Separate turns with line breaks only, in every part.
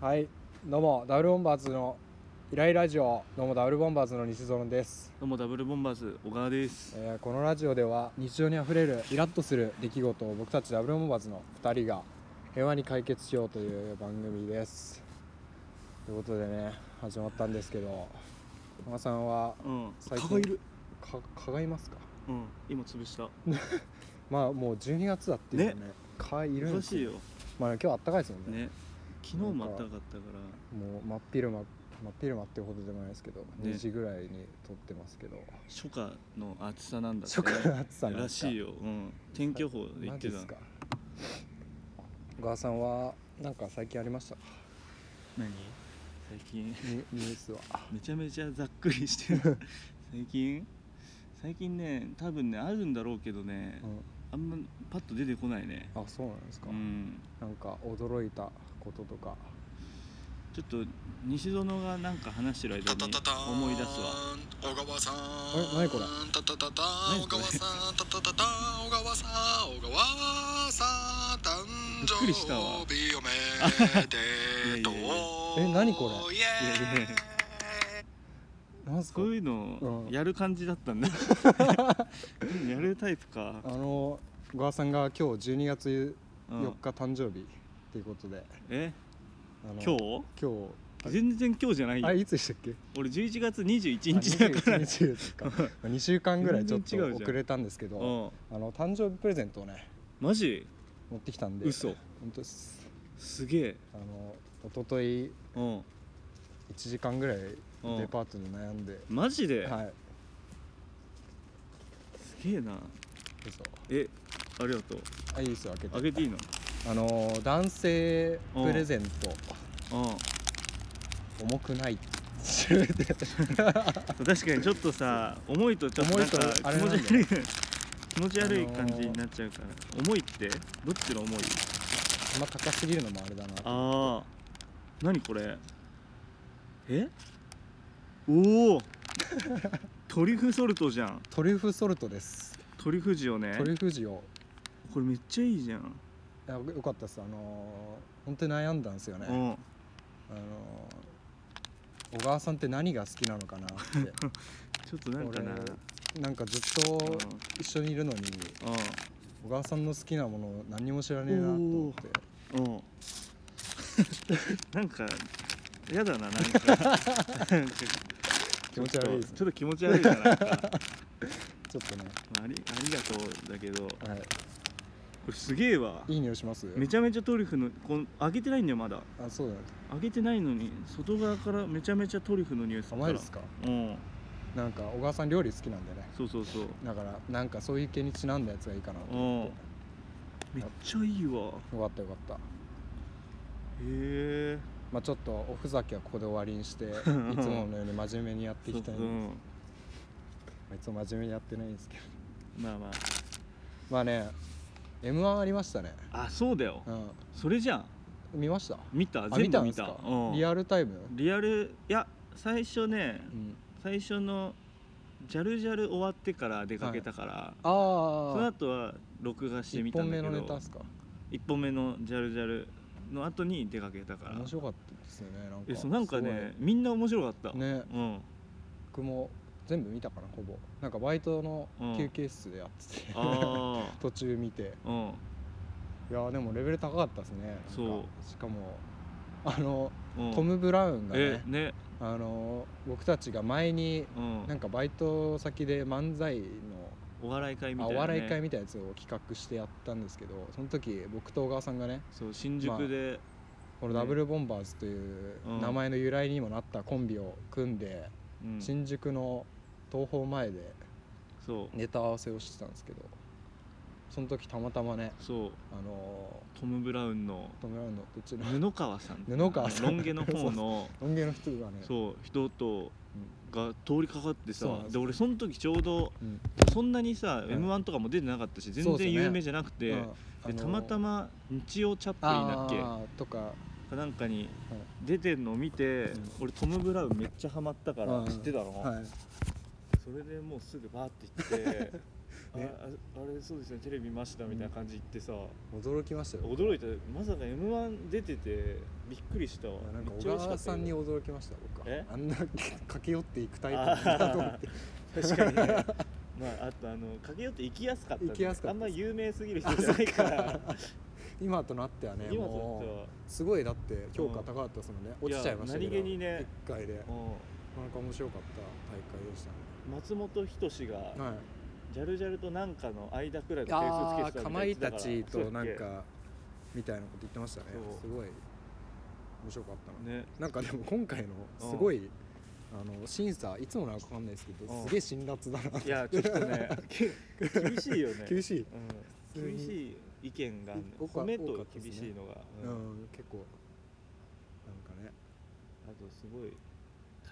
はい、どうもダブルボンバーズのイライラジオ、どうもダブルボンバーズの西園です、
どうもダブルボンバーズ小川です。
えーこのラジオでは日常にあふれるイラッとする出来事を僕たちダブルボンバーズの2人が平和に解決しようという番組です。ということでね、始まったんですけど、小川さんは
うん。
最近
蚊がいる。
か蚊がいますか
うん。今潰した。
まあもう12月だっていうのね、蚊いるん
お
で
か
す
しい
よ。
よ。
まあ今日あったかいですよね。
ね。昨日もあったかったか
もう真っ昼間、真っ昼間ってほどでもないですけど、2時ぐらいに撮ってますけど。
ら、初夏の暑さなんだって、
初
ね。
夏の暑さなんですから
しいよ。うん。天気予報で言
マ
って
ジで
た
す。か小川さんはなんか最近ありましたか
何？最近
ニニュースは
めちゃめちゃざっくりしてる。 最近？最近ね、多分ねあるんだろうけどね、
う
あんまパッと出てこないね。
んあそうなんですか、
うん。
なんか驚いたこととか
ちょっと西園がなんか話してる間に思い出すわ。
小川さん
え何これ
タタタタ
何
小
これ
川さんタタタタ小川さん小川さん誕
びっ
生
くりしたわ
日おめでとう
いやいやい
やえ何これ
イエ
いやいやいや
なんすか
そういうの
うん
やる感じだ ったんだ、うんやるタイプか
あ、の小川さんが今日12月
うん
4日誕生日っていうことで、
え
あの
今日
今
全然今日じゃない
日
よ
あれいつでしたっけ
俺11月21日だから
あ21日ですか2週間ぐらいちょっと
全然違うじゃん
遅れたんですけ
う
ど
ん
あの誕生日プレゼントをね
マジ
持ってきたんで
嘘
本当です
すげえ
あの一昨日
うん
1時間ぐらいデ
うん
パートで悩んで、
マジで、
はい
すげえな
嘘
えありがとう
あいいですよ開けて
あげていいの
あのー男性プレゼント
う
重く ないって言って
ん確かにちょっとさ重いとちょっとなんか
重いとあれ
気
なんだ
持
よ
ち悪い気持ち悪い感じになっちゃうから、重いってどっちの重い
あんま高すぎるのもあれだなと
ああ何これえ おおトリュフソルトじゃん
トリュフソルトです
トリュフ塩ね
トリュフ塩い
これめっちゃいいじゃん、
やよかったですあのー本当に悩んだんですよね、
う
あの
ん
ー小川さんって何が好きなのかなって
ちょっとなんかなう
俺なんかずっ
ん
と一緒にいるのに小川さんの好きなもの何にも知らねえなと思って
うんうん なんかやだななんか なんか
気持ち悪いですね
ちょっと気持ち悪いじゃな ん
ち
か、
ょっとね、
まあ、ありありがとうだけどこ
はい、
れすげえわ
いい匂いします
めちゃめちゃトリュフのこの揚げてないんだよまだ
あそうだね
揚げてないのに外側からめちゃめちゃトリュフの匂いす
あ
る
マ
か
ジ
ら
ですか
うん
なんか小川さん料理好きなんでね
そうそうそう
だからなんかそういう系にちなんだやつがいいかなと
うん
思っ
めっちゃいいわ
てよかったよかった
へえ
まあちょっとおふざけはここで終わりにして いつものように真面目にやっていきたいん
う
で
ん
すいつも真面目にやってないんですけど
まあま
まあね m 1ありましたね
ああそうだよ
うん
それじゃん
見ました
見た
あ見
全部
たん
見
です
た
か
うん
リアルタイム
リアルいや最初ね
うん
最初のジャルジャル終わってから出かけたから、その
ああ
後は録画してみ
1
た
本
んだ
目
けど
のネタっすか
一本目のジャルジャルの後に出かけたから
面白かったですよねなんか
えそうなんかねみんな面白かった、
すごいね
うん
僕も全部見たかなほぼなんかバイトの
うん
休憩室でやってて、
あ
途中見て
あうん
いやーでもレベル高かったですねなんか
そう
しかもあの
うん
トム・ブラウンが
え
ね
ね
あの僕たちが前に
うん
なんかバイト先で漫才の
お笑い会み
あ
たいな、
お
ね、
笑い会みたいなやつを企画してやったんですけどその時僕と小川さんがね
そう新宿で、
この
ね
ダブルボンバーズという
うん
名前の由来にもなったコンビを組んで、
うん
新宿の東宝前で
そう
ネタ合わせをしてたんですけどその時たまたまね
そう
あの
トム・ブラウンの
ートム・ブラウンのう ちの
布川さん
布川さん
あのロン毛の方の
音源の人がね
そう人とが通りかかってさ
そうなんです
で俺その時ちょうど
うん
そんなにさ、
ん
m 1とかも出てなかったし
そ
全
うです
然
よね
有名じゃなくて、
うんあの
でたまたま日曜チャップリンだ
あ
っけ
ーとか
かなんかに出てんのを見て、
うん
俺トム・ブラウンめっちゃハマったから、
うん
知ってたの、
はい
それでもうすぐバーって行って
ね
あああれそうですよねテレビ見ましたみたいな感じ言ってさ、
驚きましたよ
驚いたまさか m 1出ててびっくりしたわ
いやなんか
めっち
小
ゃ嬉しか
川
った
さ
け
んに
ど
驚きました僕は
え
あんな 駆け寄っていくタイプなんだと思 って
確かにねまああとあの駆け寄って行きやすかったね
行きやすかった
あんま有名すぎる人
あ
じゃないから
今となってはね
今となって
もうすごいだって評価高かったですもんね
うん
落ちちゃいましたけど
いや何気にね
1回でなか
はも
なか面白かった大会でした
う松本人志が
ねはい
ジャルジャルとなんかの間くらいで
あ
点数つけ
あ
てた
か
みた
ま
い
い
な
たちとなん
そうだっ
かみたいなこと言ってましたねす
そ
ごい面白かったな、
けね
なんかでも今回のすごいあの審査いつもなんかわかんないですけ
う
ど
ん
すげえ辛辣だない
やちょっとねけ厳しいよ ね
厳
し
し
い、
い、
う
普
ん、
通に
厳しい意見があんの
多か
褒め
多か
と
ったですね
厳しいのが、
う
うん
ん、結構なんかね
あとすごい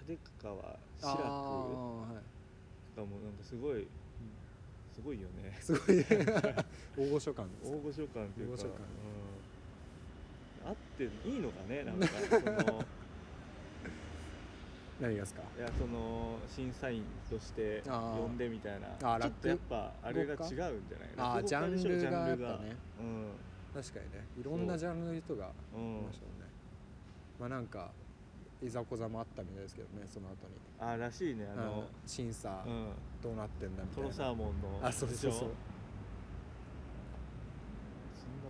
立川志ら
あ
くと
あ
か
はい
もなんかすごい、すごいよね
すごい大御所感で
大
すね
御所感っていう
大
か、
御所感
うん、あっていいのか ねなんかその
何がですか
いやその審査員として
あー
呼んでみたいな
あー
ちょっとやっ
落
ぱあれが違うんじゃない
ああジャ
落語家で
ン
しょ
ルが
ジャ
やっ
ンルが
ぱね
うん
確かにねいろんなジャンルの人がいましたもんねまあなんかいざこざもあったみたいですけどねその後に
うん、あーらしいねあ
あの
の、
審査
うん、
どうなってんだみた
ト
いな、
ロサーモンの
あそうそうそう
そんな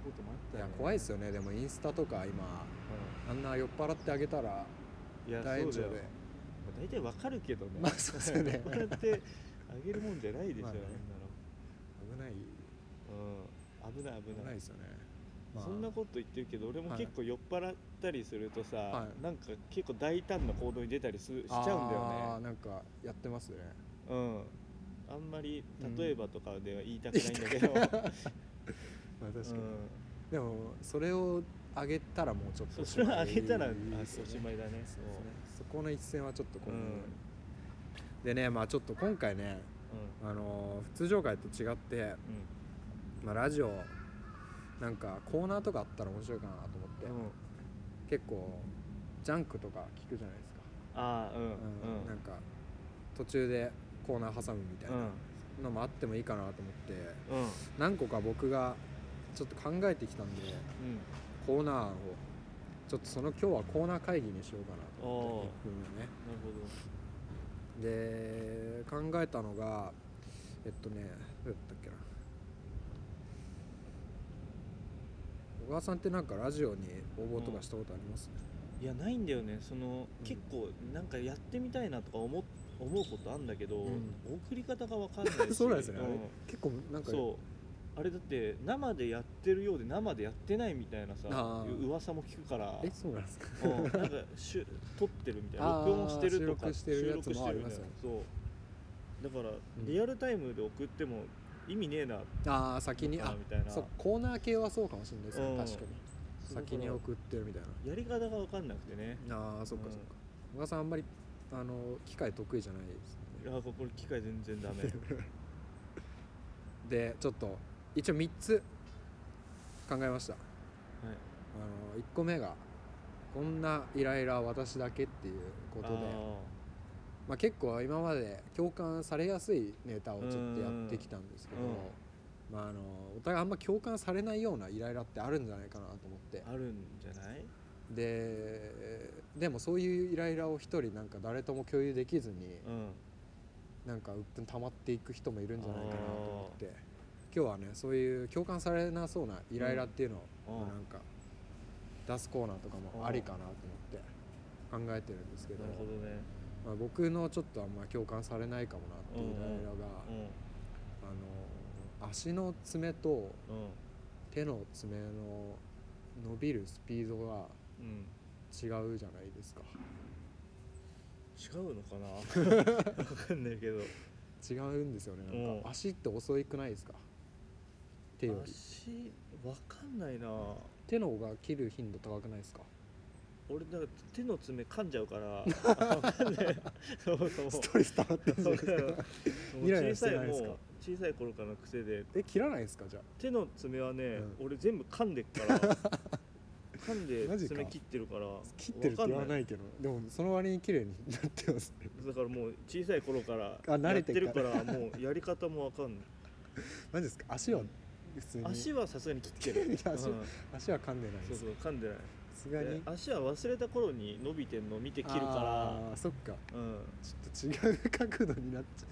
こともあった
い
よ
や
ね
怖いですよねでもインスタとか今あんな酔っ払ってあげたら
うんいや
大炎上
そうだ
で
よ大体わかるけどね
まあそうですよね
こうやってあげるもんじゃないでしょ、
まあね
あ
危ない
んなの、うん、危ない危
危
ない
ないですよね、
そんなこと言ってるけど俺も
はい
結構酔っ払ったりするとさ、
はい
なんか結構大胆な行動に出たりすしちゃうんだ
あ
よ
ー
ね
なんかやってますね
うんあんまり
うん
例えばとかでは言いたくないんだけど、うん
まあ確かに、でもそれをあげたらもうちょっと
そうそれをあげたら、あ
で
お
すよ
し
ね
まいだね
そ
そうう
ですねそこの一線はちょっとこう、でねまあちょっと今回ねあのー普通常会と違って、
うんうん
まあ、ラジオなんかコーナーとかあったら面白いかなと思って、
うん
結構ジャンクとか聞くじゃないですか、
ああうんうん
うんなんか途中でコーナー挟むみたい
うん
なのもあってもいいかなと思って
うん
何個か僕がちょっと考えてきたんで
うん
コーナーをちょっとその今日はコーナー会議にしようかなと思って
なるほど
1分で考えたのがえっとねどうやったっけな小川さんってなんかラジオに応募とかしたことあります、
いやないんだよねその、
うん
結構なんかやってみたいなとか思っ思うことあんだけど、
うん
送り方がわかんない し
そうなんですね、あれ
ん
結構なんか
そうあれだって生でやってるようで生でやってないみたいな
あ
さ
ー
噂も聞くから
えそうなんですか
うんなんかしゅ撮ってるみたいな
あー
録音してるとか
収録してるやつも
収録してるみたいな
ありますよね
そうだから、
ん
リアルタイムで送っても意味ねえな
ああ先に
のか
あ
なみたいな
そうコーナー系はそうかもしれないですね、
うん
確かに先に
だか
送ってるみたい
らやり方が分かんなくてね
なああそっかそっか、小川さんあんまりあの機械得意じゃないです
いやこれ機械全然ダメ
でちょっと一応3つ考えました
はい
あの1個目が「こんなイライラは私だけ」っていうことでまあ、結構今まで共感されやすいネタをちょっとやってきたんですけど、
うん
まあ、あのお互いあんま共感されないようなイライラってあるんじゃないかなと思って
あーあるんじゃない
ででもそういうイライラを一人なんか誰とも共有できずに
うん
なんか鬱憤溜まっていく人もいるんじゃないかなと思って今日はねそういう共感されなそうなイライラっていうのを、
うん
まあなんか出すコーナーとかもありかなと思って考えてるんですけど
なるほどね
まあ、僕のちょっとあんま共感されないかもなっていうイライラが、
う
あの足の爪と
んうん
手の爪の伸びるスピードが
うん
違うじゃないですか
違うの かなわかんないけど
違うんですよねなん
うん
か足って遅いくないですか手より
足わかんないな
手の方が切る頻度高くないですか
俺なんか手の爪噛んじゃ うからわかんないそうそう
ストレス溜まってるじゃないです
わ
か
か
イライラ
小
して
さい
ないですか
もう小さい頃からの癖で
え切らないですかじゃ
手の爪はね、
う
俺全部噛んでっか ら噛ん
マジ
で
か
爪切ってるから
あ切ってるって言わないいけどでもその割に綺麗になってますね
だからもう小さい頃から
あ慣
や
れ
ってて
っから
るからもうやり方もわかんない
マジですか足は普通に
足はさすがに切ってる
いや足は
うん
足は噛んでない
そ
で
う
す
そ
さ
う噛んでない
すがに
で足は忘れた頃に伸びてんのを見て切るか
あーそっから
うん、うん、
ちょっと違う角度になっちゃ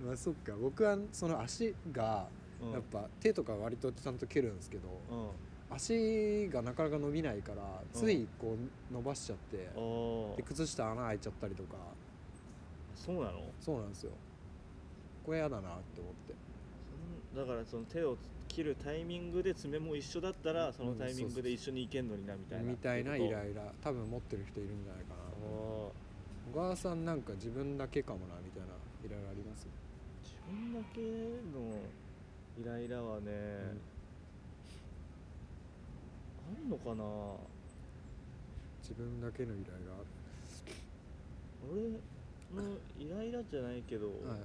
う、 まあ、そっか僕はその足が
うん
やっぱ手とか割とちゃんと蹴るんですけど、
うん
足がなかなか伸びないから
うん
ついこう伸ばしちゃって、
あ
で
あ
靴下穴開いちゃったりとか
そうなの
そうなんですよこれやだなって思って
そんだからその手を切るタイミングで爪も一緒だったらそのタイミングで一緒に行けんのになみたいな
みたいなイラ
イ
イラ多分持ってる人いるんじゃないかな小川さんなんか自分だけかもなみたいなイライラあります、
自分だけのイライラはね、あんのかな
自分だけのイライ
俺のイライラじゃないけど、
ラ、はい、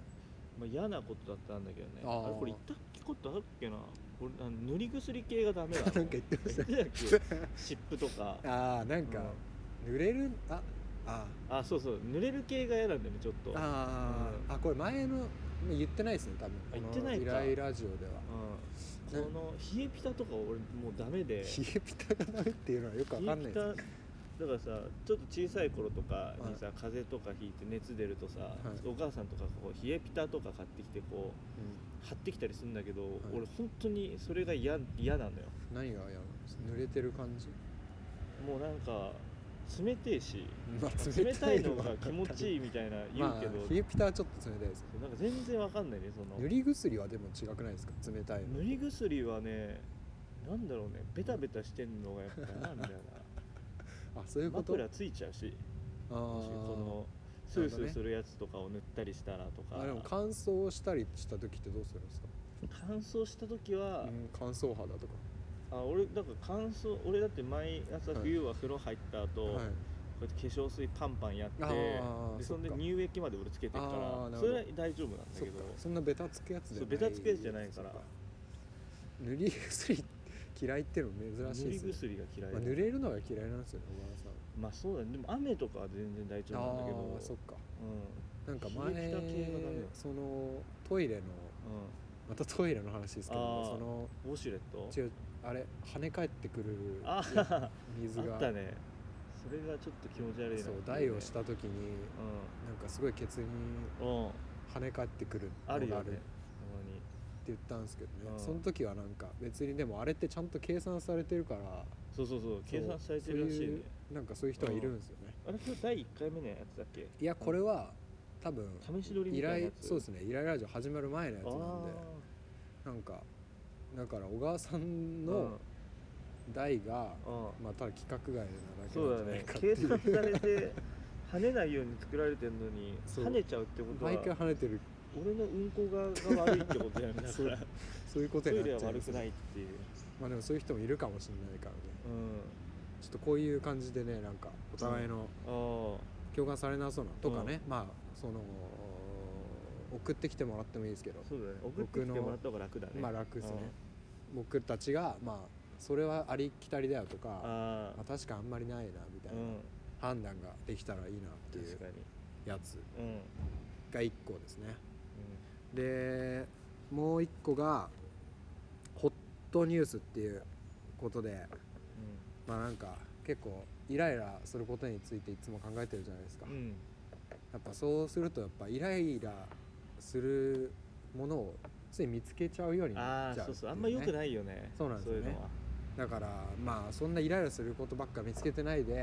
まあ、嫌なことだったんだけどね
あー
あれこれ言ったっけことあるっけな俺あの塗り薬系がダメな
な
の
んか言ってました
言ってたっけ湿布とか
ああなんか濡れるああ
あそうそう濡れる系が嫌なんだよねちょっと
ああー、あこれ前の言ってないですね多分
あ言ってないか
このイライラジオでは
うんこの冷えピタとか俺もうダメで
冷えピタがないっていうのはよくわかんないです、
冷えピタだからさちょっと小さい頃とかにさ、風邪とかひいて熱出るとさ、
い
お母さんとかこう冷えピタとか買ってきてこう貼ってきたりするんだけど、俺本当にそれが嫌嫌なのよ
うん、何がやるの濡れてる感じ
もうなんか冷てえし
ま
冷たいの
は
が気持ちいいみたいな言うけど、
まあ、冷えピタはちょっと冷たいです
なんか全然わかんないねその
塗り薬はでも違くないですか冷たいの
塗り薬はねなんだろうねベタベタしてんのがやっぱ嫌なんだよな
あそういうこと
枕ついちゃうし
あ
もし
ー
このスースーするやつとかを塗ったりしたらとか、
あでも乾燥したりした時ってどうするんですか、
乾燥した時は、
うん、乾燥肌とか
あ俺だから乾燥俺だって毎朝冬は風呂入った後、
はい
こうやって化粧水パンパンやって
あー
でそんで
そっか
乳液まで俺つけてるか
あーなる
ら
ほど
それは大丈夫なんだ
そ
け
っか
ど
そんなベタつくやつじゃ
そ
な
う
い
ベタつけじゃないから
そっ塗り薬嫌いっての珍しい
塗
で
り
すね
薬が嫌い
ま
だ
あ、濡れるのが嫌いなんですよね
まあそうだねでも雨とかは全然大
小
丈
川
夫
さん
なんだけ
あーそ
ど
っかなんか前
冷えピタ系がダメだ
そのトイレの
うん、
またトイレの話ですけど
あー
その
うん、ウォシュレット
違うあれ跳ね返ってくる
あー
水
あ
が
ったねそれがちょっと気持ち悪いな
そう
ってい
台を
ね
した時になんかすごいケツに
うんうん
跳ね返ってくるのが
あ
あ
る
る
よね
って言ったんですけどね、
うん
その時はなんか別にでもあれってちゃんと計算されてるから
そうそうそう計算されてるらしい
そう
ね
うなんかそういう人がいるんですよね、
あれ今日第1回目のやつだっけ
いやこれは多分
試し撮りみ
依
たいな
頼
やつ
そうですね依頼ラジオ始まる前のやつ
あ
なんでなんかだから小川さんの代が、
あ、うんうん
まあただ企画外なだけ
そう
なんじ
だ
ゃない
ね
かってい
計
う
算されて跳ねないように作られてんのに
そう
跳ねちゃうってことは
毎回跳ねてる
俺の運行側が悪いってことや ねだ
そう
から
そういうこと
ト
に
イ
なっちゃ
レ
うん
は
で
悪
す
く
よ
ないっていう
まあでもそういう人もいるかもしれないからね
うん
ちょっとこういう感じでねなんかお互いの
あ
共感されなそうなとかね、まあその送ってきてもらってもいいですけど
あそうだね送ってきてもらった方が楽だね
まあ楽ですね、僕たちがまあそれはありきたりだよとか
うんあ
まあ、確かあんまりないなみた
あ
いうなん判断ができたらいいなってい
確
う
かに
やつ
うんうん
が1個ですねでもう1個がホットニュースっていうことでまあなんか結構イライラすることについていつも考えてるじゃないですか、
うんうん
やっぱそうするとやっぱイライラするものをつい見つけちゃうようにな
あ
っちゃ
あ
う
そうそうあんま良く
い
ないよね
そうなんですよね
そういうのは
だからまあそんなイライラすることばっか見つけてないで、
うん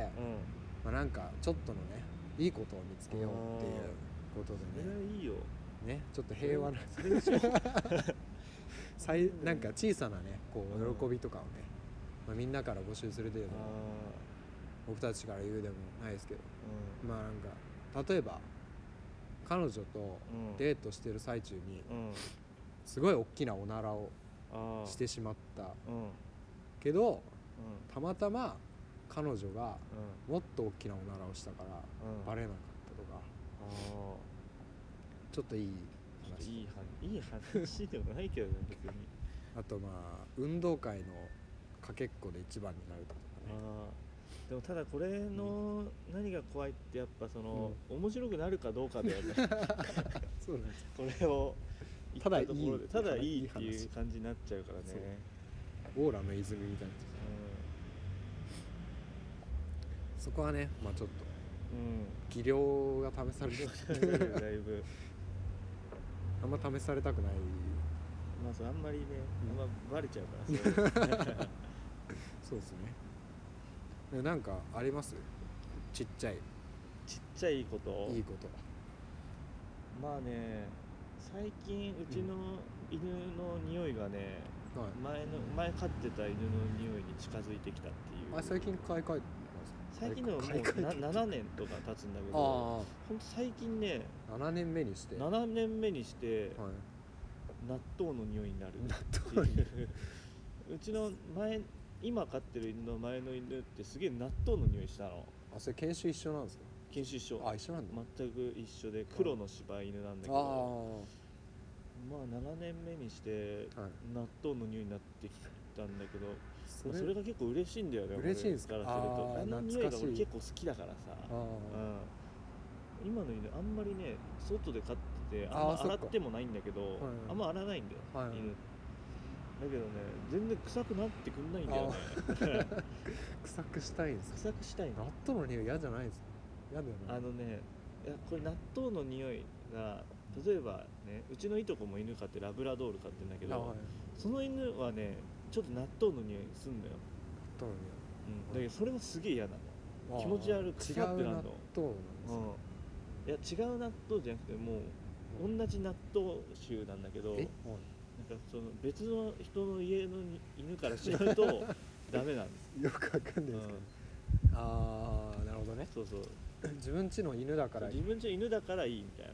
まあ、なんかちょっとのねいいことを見つけようっていうこと
そ
で
れは
ね
いいよ
ねちょっと平和な
それで しょ
最なんか小さなねこ
うん
う喜びとかをね、まあ、みんなから募集する程度
あ
僕たちから言うでもないですけど
ー
まあなんか例えば彼女と
うん
デートしてる最中に
うんうん
すごい大きなおならを
ああ
してしまった
うんうん
けどたまたま彼女がもっと大きなおならをしたから
うんうん
バ
れ
レなかったとか
ああ
ちょっといい
ちょっと
話
いい話いい話でもないけどね別に
あとまあ運動会のかけっこで一番になるとかね
ああでもただこれの何が怖いって やっぱその面白くなるかどうかだよね
そうなんです
これを
ただいい
行ったところでただいいって
いい
い
話
う感じになっちゃうからね
そうオーラの泉みたいなそこはねまあちょっと技量が試される
うん、うん、だいぶだいぶ
あんま試されたくない
まあそうあんまりね
う
あん
ん
まバレちゃうから それ
そうですねでなんかありますちっちゃい
ちっちゃいこと
いいこと
まあね最近うちの犬の匂いがね、
はい
前の前飼ってた犬の匂いに近づいてきたっていう
あ最近買い替えてます
最近のはも
買い替え
う
て
な7年とか経つんだけどほ
あ
んと最近ね
あ7年目にしてはい
7年目にして納豆の匂いになるって
納豆
いう うちの前今飼ってる犬の前の犬ってすげえ納豆の匂いしたの
あそれ犬種一緒なんですか
犬種一緒
あ一緒なんだ
全く一緒で黒の柴犬なんだけ
あ
ど
あ
まあ7年目にして
はい
納豆の匂いになってきたんだけどまあ
そ
それ,、が結構嬉しいんだよね
嬉しいんですか
俺からすると
あー
あの匂
懐
いが
かしい
俺結構好きだからさ
ああ
うん今の犬あんまりね外で飼っててあん
あー
ま
そっか
洗ってもないんだけど
い
あんま洗わないんだよ、
はいはい
犬だけどね全然臭くなってくんないんだよね
臭くしたいんですか
臭くしたいの
納豆の匂い嫌じゃないですか嫌だよね
あのねいやこれ納豆の匂いが例えばねうちのいとこも犬飼ってラブラドール飼ってんだけ
あ
ど
はい
その犬はねちょっと納豆の匂いすんのよ、
納豆の
うん、だけどそれはすげえ嫌なの
匂い
気持ち悪く
く違
臭って
う
なる
納
の
豆なんですね
うんいや違う納豆じゃなくてもう同じ納豆臭なんだけどなん
え
かその別の人の家のに犬からしちゃ うとダメなん
はい
です、
よくわかん
う
ない
ん
ですけどああなるほどね
そうそう
自分家の犬だから
自分じゃ犬だからいいみたいな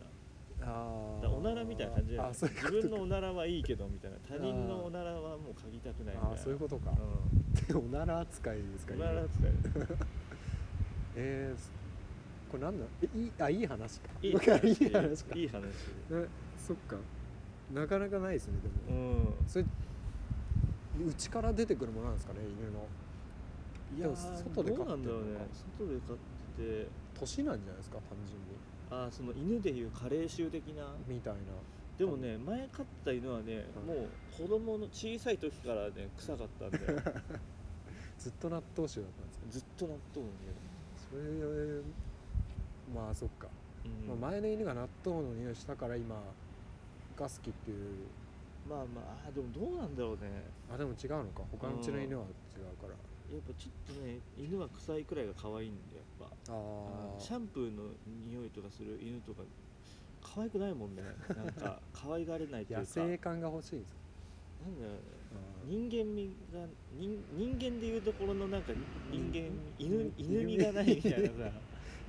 あ
だか
あ
らおならみたいな感じじゃない
あそういうこと
自分のおならはいいけどみたいな他人
あー
のおならはもう嗅ぎたくないみた
あ
いな
ーそういうことか
う
でおなら扱いですか
んおなら
今
扱い
えーすこれなんだえいいあいい話か
いい
僕は
話
いい話か
いい話
えそっかなかなかないですねで
う
も、
ん
それうちから出てくるものなんですかね犬の
い
でも
ー
外で飼ってんのか
どうなんだろうね外で飼ってて
年なんじゃないですか単純
あーその犬でいう加齢臭的な
にみたいな
でもね前飼ってた犬はね
うん
もう子供の小さい時からね臭かったんで
ずっと納豆臭だったんですね
ずっと納豆の
それまあそっか、
匂い、うん、
まあ、前の犬が納豆の匂いしたから今が好きっていう
まあまああーでもどうなんだろうね
あでも違うのか他のうちの犬は違うから、
やっぱちょっとね犬は臭いくらいが可愛いんでやっぱ
ああ
シャンプーの匂いとかする犬とか可愛くな いもんねなんか可愛がれないというか
野生感が欲しいんですか
なんだろうね
あー
人間味が人人間でいうところのなんか人間犬
犬
犬味がないみたいなさ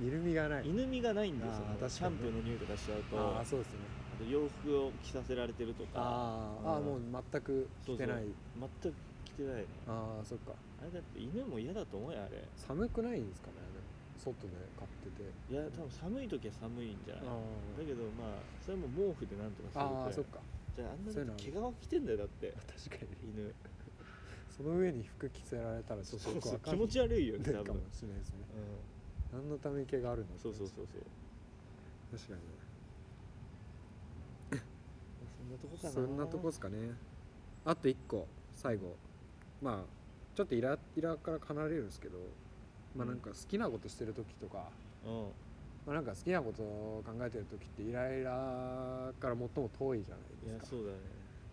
緩みがない
犬味がないんですよ
あー確かにね
シャンプーの匂いとかしちゃうと
あ
あ
あそうですね
と洋服を着させられてるとか
あー
うん
あーもう全く来てない
そう全く着てないね
ああそっか
あれだって犬も嫌だと思うよあれ
寒くないんですかねでも外で飼ってて
いや多分寒い時は寒いんじゃない
あ
だけどまあそれも毛布でなんとかする
ああーそっ
く
から
いじゃああん
そういうのある
なだって毛皮着てんだよだって
確かに
犬
その上に服着せられたらちょっとよくわか
気
んな
持
い
ち悪いよね多
か
分
もしれないですね
う
何のため池があるんだ
んそうそう
う
そうそう
確かに
そんなとこかな
そんなとこですかねあと1個最後まあちょっとイライラから離れるんですけどまあなんか好きなことしてる時とか、
うん
まあ、なんか好きなことを考えてる時ってイライラから最も遠いじゃない
い
で
や
すか
そうだね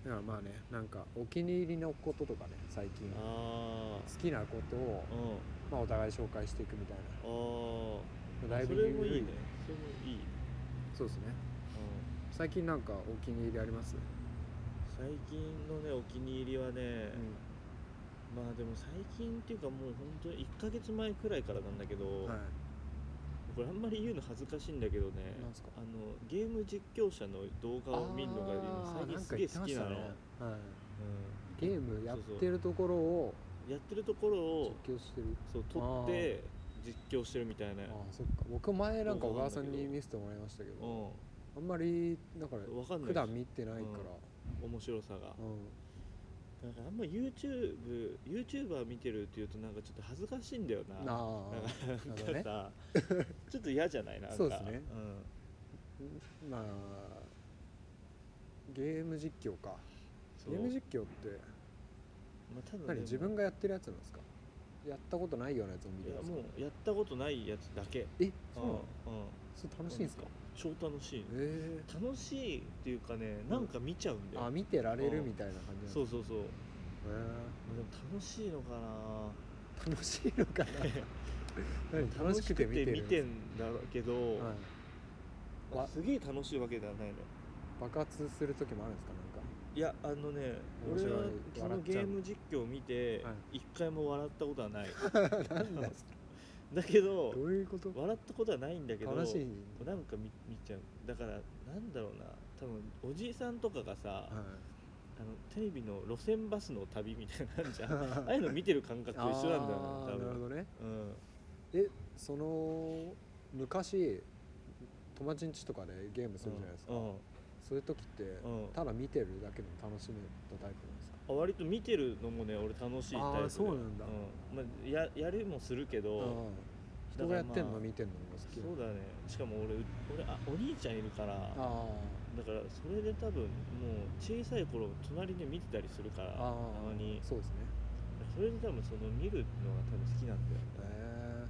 だからまあねなんかお気に入りのこととかね最近好
あ
きなことを
あ、うん
まあ、お互い紹介していくみたい
あ
な
あ
だい
そ
ぶ
れもいい
緩
ねそれもいい、
そうですね最近なんかお気に入りあります、
最近のねお気に入りはね、まあでも最近っていうかもう本当に1ヶ月前くらいからなんだけど、
はい
これあんまり言うの恥ずかしいんだけどね
なんすか
あのゲーム実況者の動画を見るのが
あーな
今
んか
最近
言っ
す
て
げえ好
ま
き
し
な
たね
の、
はいゲームやってるところを
うん、やってるところ
実
を
況してる
そう撮って実況してるみたいな
ああそっか僕前なんか小
動画
川
なんだ
さ
けど
んに見せてもらいましたけ
う
ど
ん
あんまりだから
わかんない
普段見てないから
面白さが
うん
なんかあんま YouTubeYouTuber 見てるっていうとなんかちょっと恥ずかしいんだよな
あ
な
あ
んか
なるほど ね
さちょっと嫌じゃないなんか
そうですね
ん
まあゲーム実況か
そう
ゲーム実況って
まあ、ただでも
何自分がやってるやつなんですかやったことないようなやつを見
い
るん
や
ですか
もうやったことないやつだけ
えそうなの
うんうん
それ楽しいんですか
超楽しいね
え
楽しいっていうかねなんか見ちゃうん
え
だよ、
あ見てられる
うん
みたいな感じなんです
そ
か
うそうそう
へ
でも楽しいのかな
え楽しいの かな何楽しくて見てる
楽しくて見てんだけど、
はいわ
すげえ楽しいわけではないの
爆発する時もあるんですかなんか
いやあのね
面
俺
白い
はそ
笑
の
っ
ゲ
ちゃう
ーム実況を見て
は
一回も笑ったことはない
何なんですか
だけど
どういうこと
笑ったことはないんだけど
楽しい
なんか見見ちゃうだからなんだろうな多分おじいさんとかがさ、あの
は
テレビの路線バスの旅みたいなのあん じゃん
い
ああいうの見てる感覚と一緒なんだ
あ
よね
ー
多
なる
分
ほどね
うん
えその昔友達ん家とかでゲームするじゃないですか、
うん
そういう時って、
うん
ただ見てるだけでも楽しめたタイプなんですか
あ割と見てるのもね俺楽しいタイプで
あーそうなんだ
まあ、ややるもするけど、
うん人がやってんの、
だからまあ
見てんのも好き
そうだねしかも俺う俺あお兄ちゃんいるからだか
あ
らそれで多分もう小さい頃隣で見てたりするから
ー
た
あ
まに
ーそうですね
それで多分その見るのが多分好きなんだよね
へ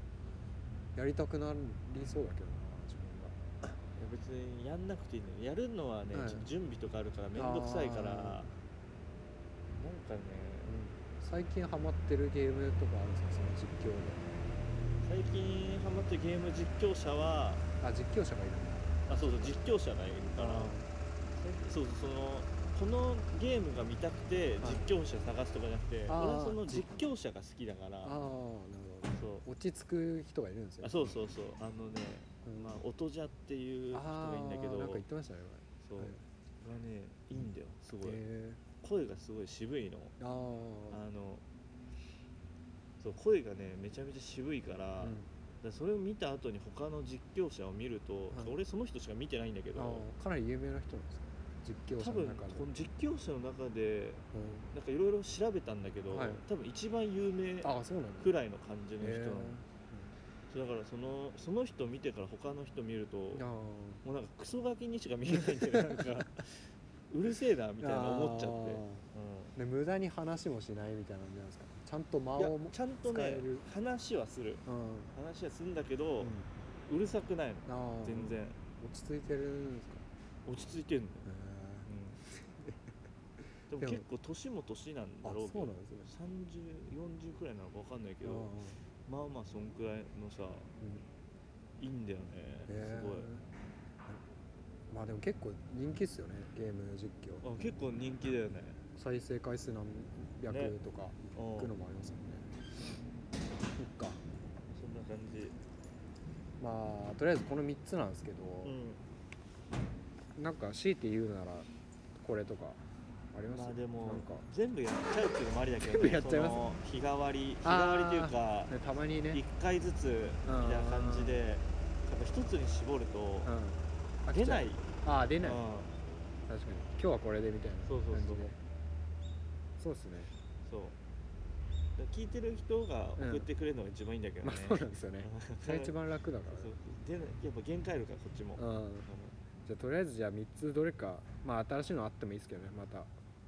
えやりたくなりそうだけどな自
いや別にやんなくていいのよやるのはね、
はい
ちょっと準備とかあるから面倒くさいからなん
あ
かね
分が、最近ハマってるゲームとかあるんですかその実況で
最近ハマってるゲーム実況者は
あ実況者がいるんだ
あそうそう実況者がいるからそうそうそのこのゲームが見たくて
はい
実況者探すとかじゃなくて、
あー
俺はその実況者が好きだか
ああ
ら
ーなるほどね
そう
落ち着く人がいるんですよ
あそうそうそうあのね、
うん
まあ、音じゃっていう人
あ
がいいんだけ
ー
ど
なんか言ってましたね
そう、
はい
がねいいんだよすご
前
い、
え
声がすごい渋いの
ー、あ
あのそう声がねめちゃめちゃ渋いから,、
あ、うん
それを見た後に他の実況者を見ると、
はい
俺その人しか見てないんだけ
あ
ど
ーかなり有名な人なんですか実況
多
者の
分
中で
この実況者の中で
う
なんかいろいろ調べたんだけど、
はい
多分一番有名
んああそうなんだ
く
い
らいの感じの人なの、そうだからそのその人を見てから他の人見ると
あ
もうなんかクソガキにしか見えないんでな んかうるせえなみたいな思っちゃって、
てで無駄に話もしないみたいなんじゃないですかちゃんと間
うん、いや
をも
ちゃんと
使
ね
える
話はする
うん
話はするんだけど、
うん
うるさくないの
あー
全然
落ち着いてるんですか
落ち着いてるのよ、
へ
うんでも
でも
結構年も年なんだろうけ
あそ
ど
うなんですね
3040くらいなのか分かんないけ
え
どまあまあそんくらいのさいいんだよね、すごい
まあでも結構人気っすよねゲーム実況
あ結構人気だよね
再生回数何
ね
百とか
うん
いくのもありますもんねそっか
そんな感じ
まあとりあえずこの3つなんですけど、
う
なんか強いて言うならこれとかあり
ん
ます
まあでも
なんか、
全部やっちゃうっていうのもありだけど、ね、
全部やっちゃいます
その日替わり日替
あー
わりというか
ね、たまにね、うん
1、回ずつみたいな感じでやっぱ一つに絞ると
飽き
出
ちゃ
な
う
い、
ああ出
うん
ない、確かに今日はこれでみたいな
そうそうそう
感じでそうっすね
そうだから聞いてる人が送ってくれるのが一番いいんだけど
ま
ね
あ、そうなんですよ ねそれが一
そう
番楽だか
そう
ら
出ないやっぱ限界あるからこっちも、
ねうんじゃあとりあえずじゃあ3つどれかまあ新しいのあってもいいですけどねまた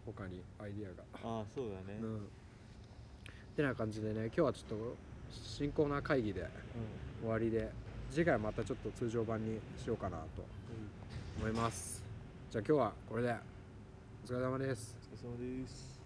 他にアイディアが
ああそうだね、
う
うん
んってな感じでね今日はちょっと新コーナー会議で終わりで次回はまたちょっと通常版にしようかなと思いますじゃあ今日はこれでお疲れ様です
お疲れ様です